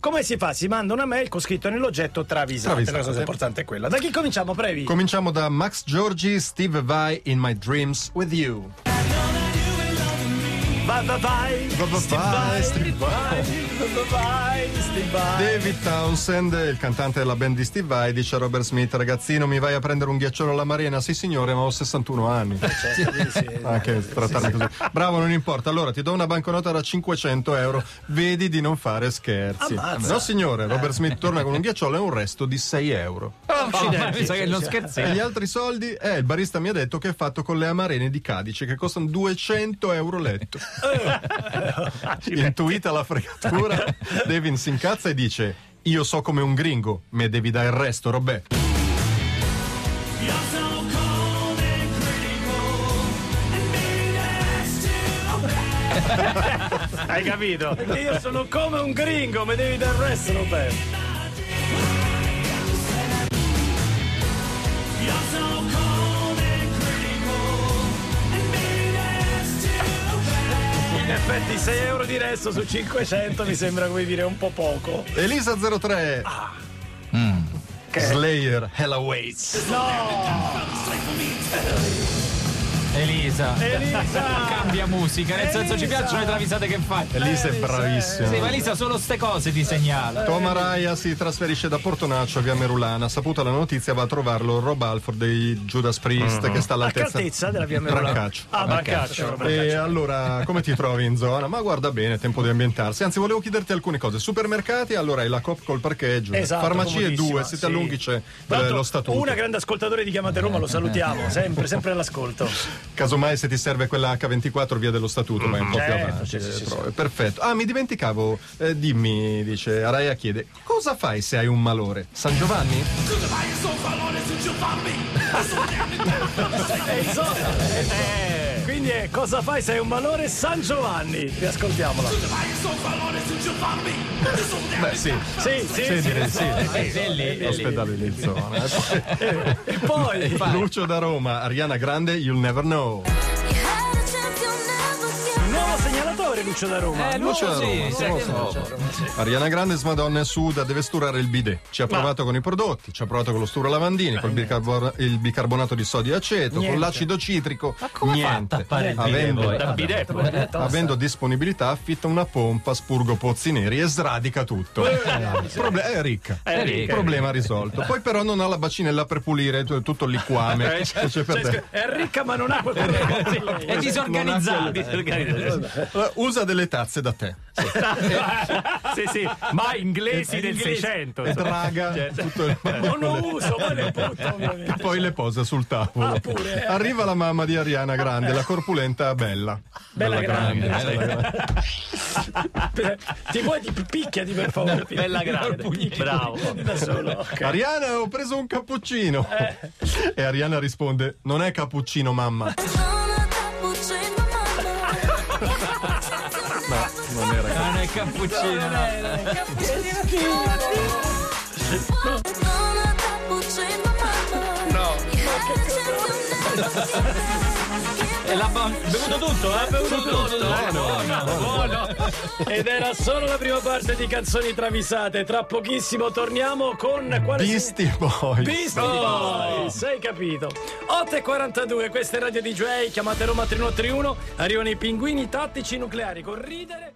Come si fa? Si manda una mail con scritto nell'oggetto travisate. Travisate. La cosa importante è quella. Da chi cominciamo, Previ? Cominciamo da Max Giorgi, Steve Vai in My Dreams with You. va, va, vai, Va, va, Steve vai, vai, Steve vai, va, va, vai, Steve vai. David Townsend, il cantante della band di Steve Vai, dice a Robert Smith: Ragazzino, mi vai a prendere un ghiacciolo alla marina? Sì, signore, ma ho 61 anni. Certo, sì, sì. Ah, che trattarmi così. Bravo, non importa. Allora ti do una banconota da 500 euro. Vedi di non fare scherzi. Ammazza. No, signore, Robert Smith torna con un ghiacciolo e un resto di 6 euro. Accidenti. Oh, mi sa che non E scherzi. gli altri soldi? Eh, il barista mi ha detto che è fatto con le amarene di Cadice, che costano 200 euro letto. Intuita la fregatura, Devin si incazza e dice: Io so come un gringo, me devi dare il resto, robè. Hai capito? Perché io sono come un gringo, mi devi dare il resto, Roberto. In effetti 6 euro di resto su 500 mi sembra come dire un po' poco. Elisa03. Ah. Mm. Slayer, Hell Awaits. Elisa. Elisa! Cambia musica, nel senso ci Elisa. piacciono le travisate che fai. Elisa è bravissima. Sì, ma Elisa solo ste cose ti segnala. Toma Raya si trasferisce da Portonaccio a via Merulana. Saputa la notizia, va a trovarlo Rob Alford dei Judas Priest, Mm-hmm. che sta A all'altezza. altezza della via Merulana. Brancaccio. Ah, Brancaccio. E Eh, allora, come ti trovi in zona? Ma guarda bene, è tempo di ambientarsi. Anzi, volevo chiederti alcune cose. Supermercati, allora hai la COP col parcheggio. Esatto, Farmacie comodissima, due, se ti sì. allunghi c'è Tra eh, l'altro, lo statuto. Una grande ascoltatore di Chiamate Roma, lo salutiamo, sempre, sempre all'ascolto. Casomai se ti serve quella H24 via dello statuto, ma è un po' più Certo, avanti. sì, sì, eh, sì, trovi. Perfetto. Ah, mi dimenticavo, eh, dimmi, dice Araya chiede, cosa fai se hai un malore? San Giovanni? E insomma, Eh, quindi è cosa fai sei un valore San Giovanni. Riascoltiamola. Beh, sì. Sì, sì, Sì, sì, direi lo so, sì. eh, Eh, sì, lì, lì, lì. Ospedale di zona. eh. E poi Lucio da Roma, Ariana Grande, You'll Never Know. nuovo segnalatore Lucio da Roma. Eh, Lucio da Lucio sì, Roma, sì, siamo sì, a sì. Ariana Grande, Madonna e Suda deve sturare il bidet. Ci ha provato con i prodotti, ci ha provato con lo sturo lavandini, col bicarbor- il bicarbonato di sodio e aceto, con l'acido citrico. Ma come niente. fate a fare il bidet avendo, voi? Da bidet, poi. avendo disponibilità, affitta una pompa, spurgo pozzi neri e sradica tutto. Eh, Proble- è ricca. Eh, È ricca. Problema risolto. Poi, però, non ha la bacinella per pulire t- tutto il Eh, liquame. Cioè, per te. Cioè, è ricca ma non ha quel che È disorganizzata. disorganizzata. Eh, Usa delle tazze da te. sì, sì, ma inglesi del Inglesi. 600. Eh, E insomma. traga cioè, tutto il Non lo uso, poi ne butto ovviamente. Poi le posa sul tavolo. Ah, pure, eh. Arriva la mamma di Ariana Grande, la corpulenta Bella. Bella grande. Bella grande. Ti vuoi ti picchiati per favore. Bella grande. Bravo. Da solo. ok. Ariana, ho preso un cappuccino. Eh. E Ariana risponde: Non è cappuccino, mamma. Non era cappuccino. Non è Ah, cappuccino. E l'ha ba- bevuto tutto, eh? Bevuto tutto. Buono, buono. Ed era solo la prima parte di canzoni travisate. Tra pochissimo torniamo con quale Beastie Boys. Visto, sei capito. 8.42, questa è Radio DJ, chiamate Roma 3131, arrivano i pinguini tattici nucleari con ridere.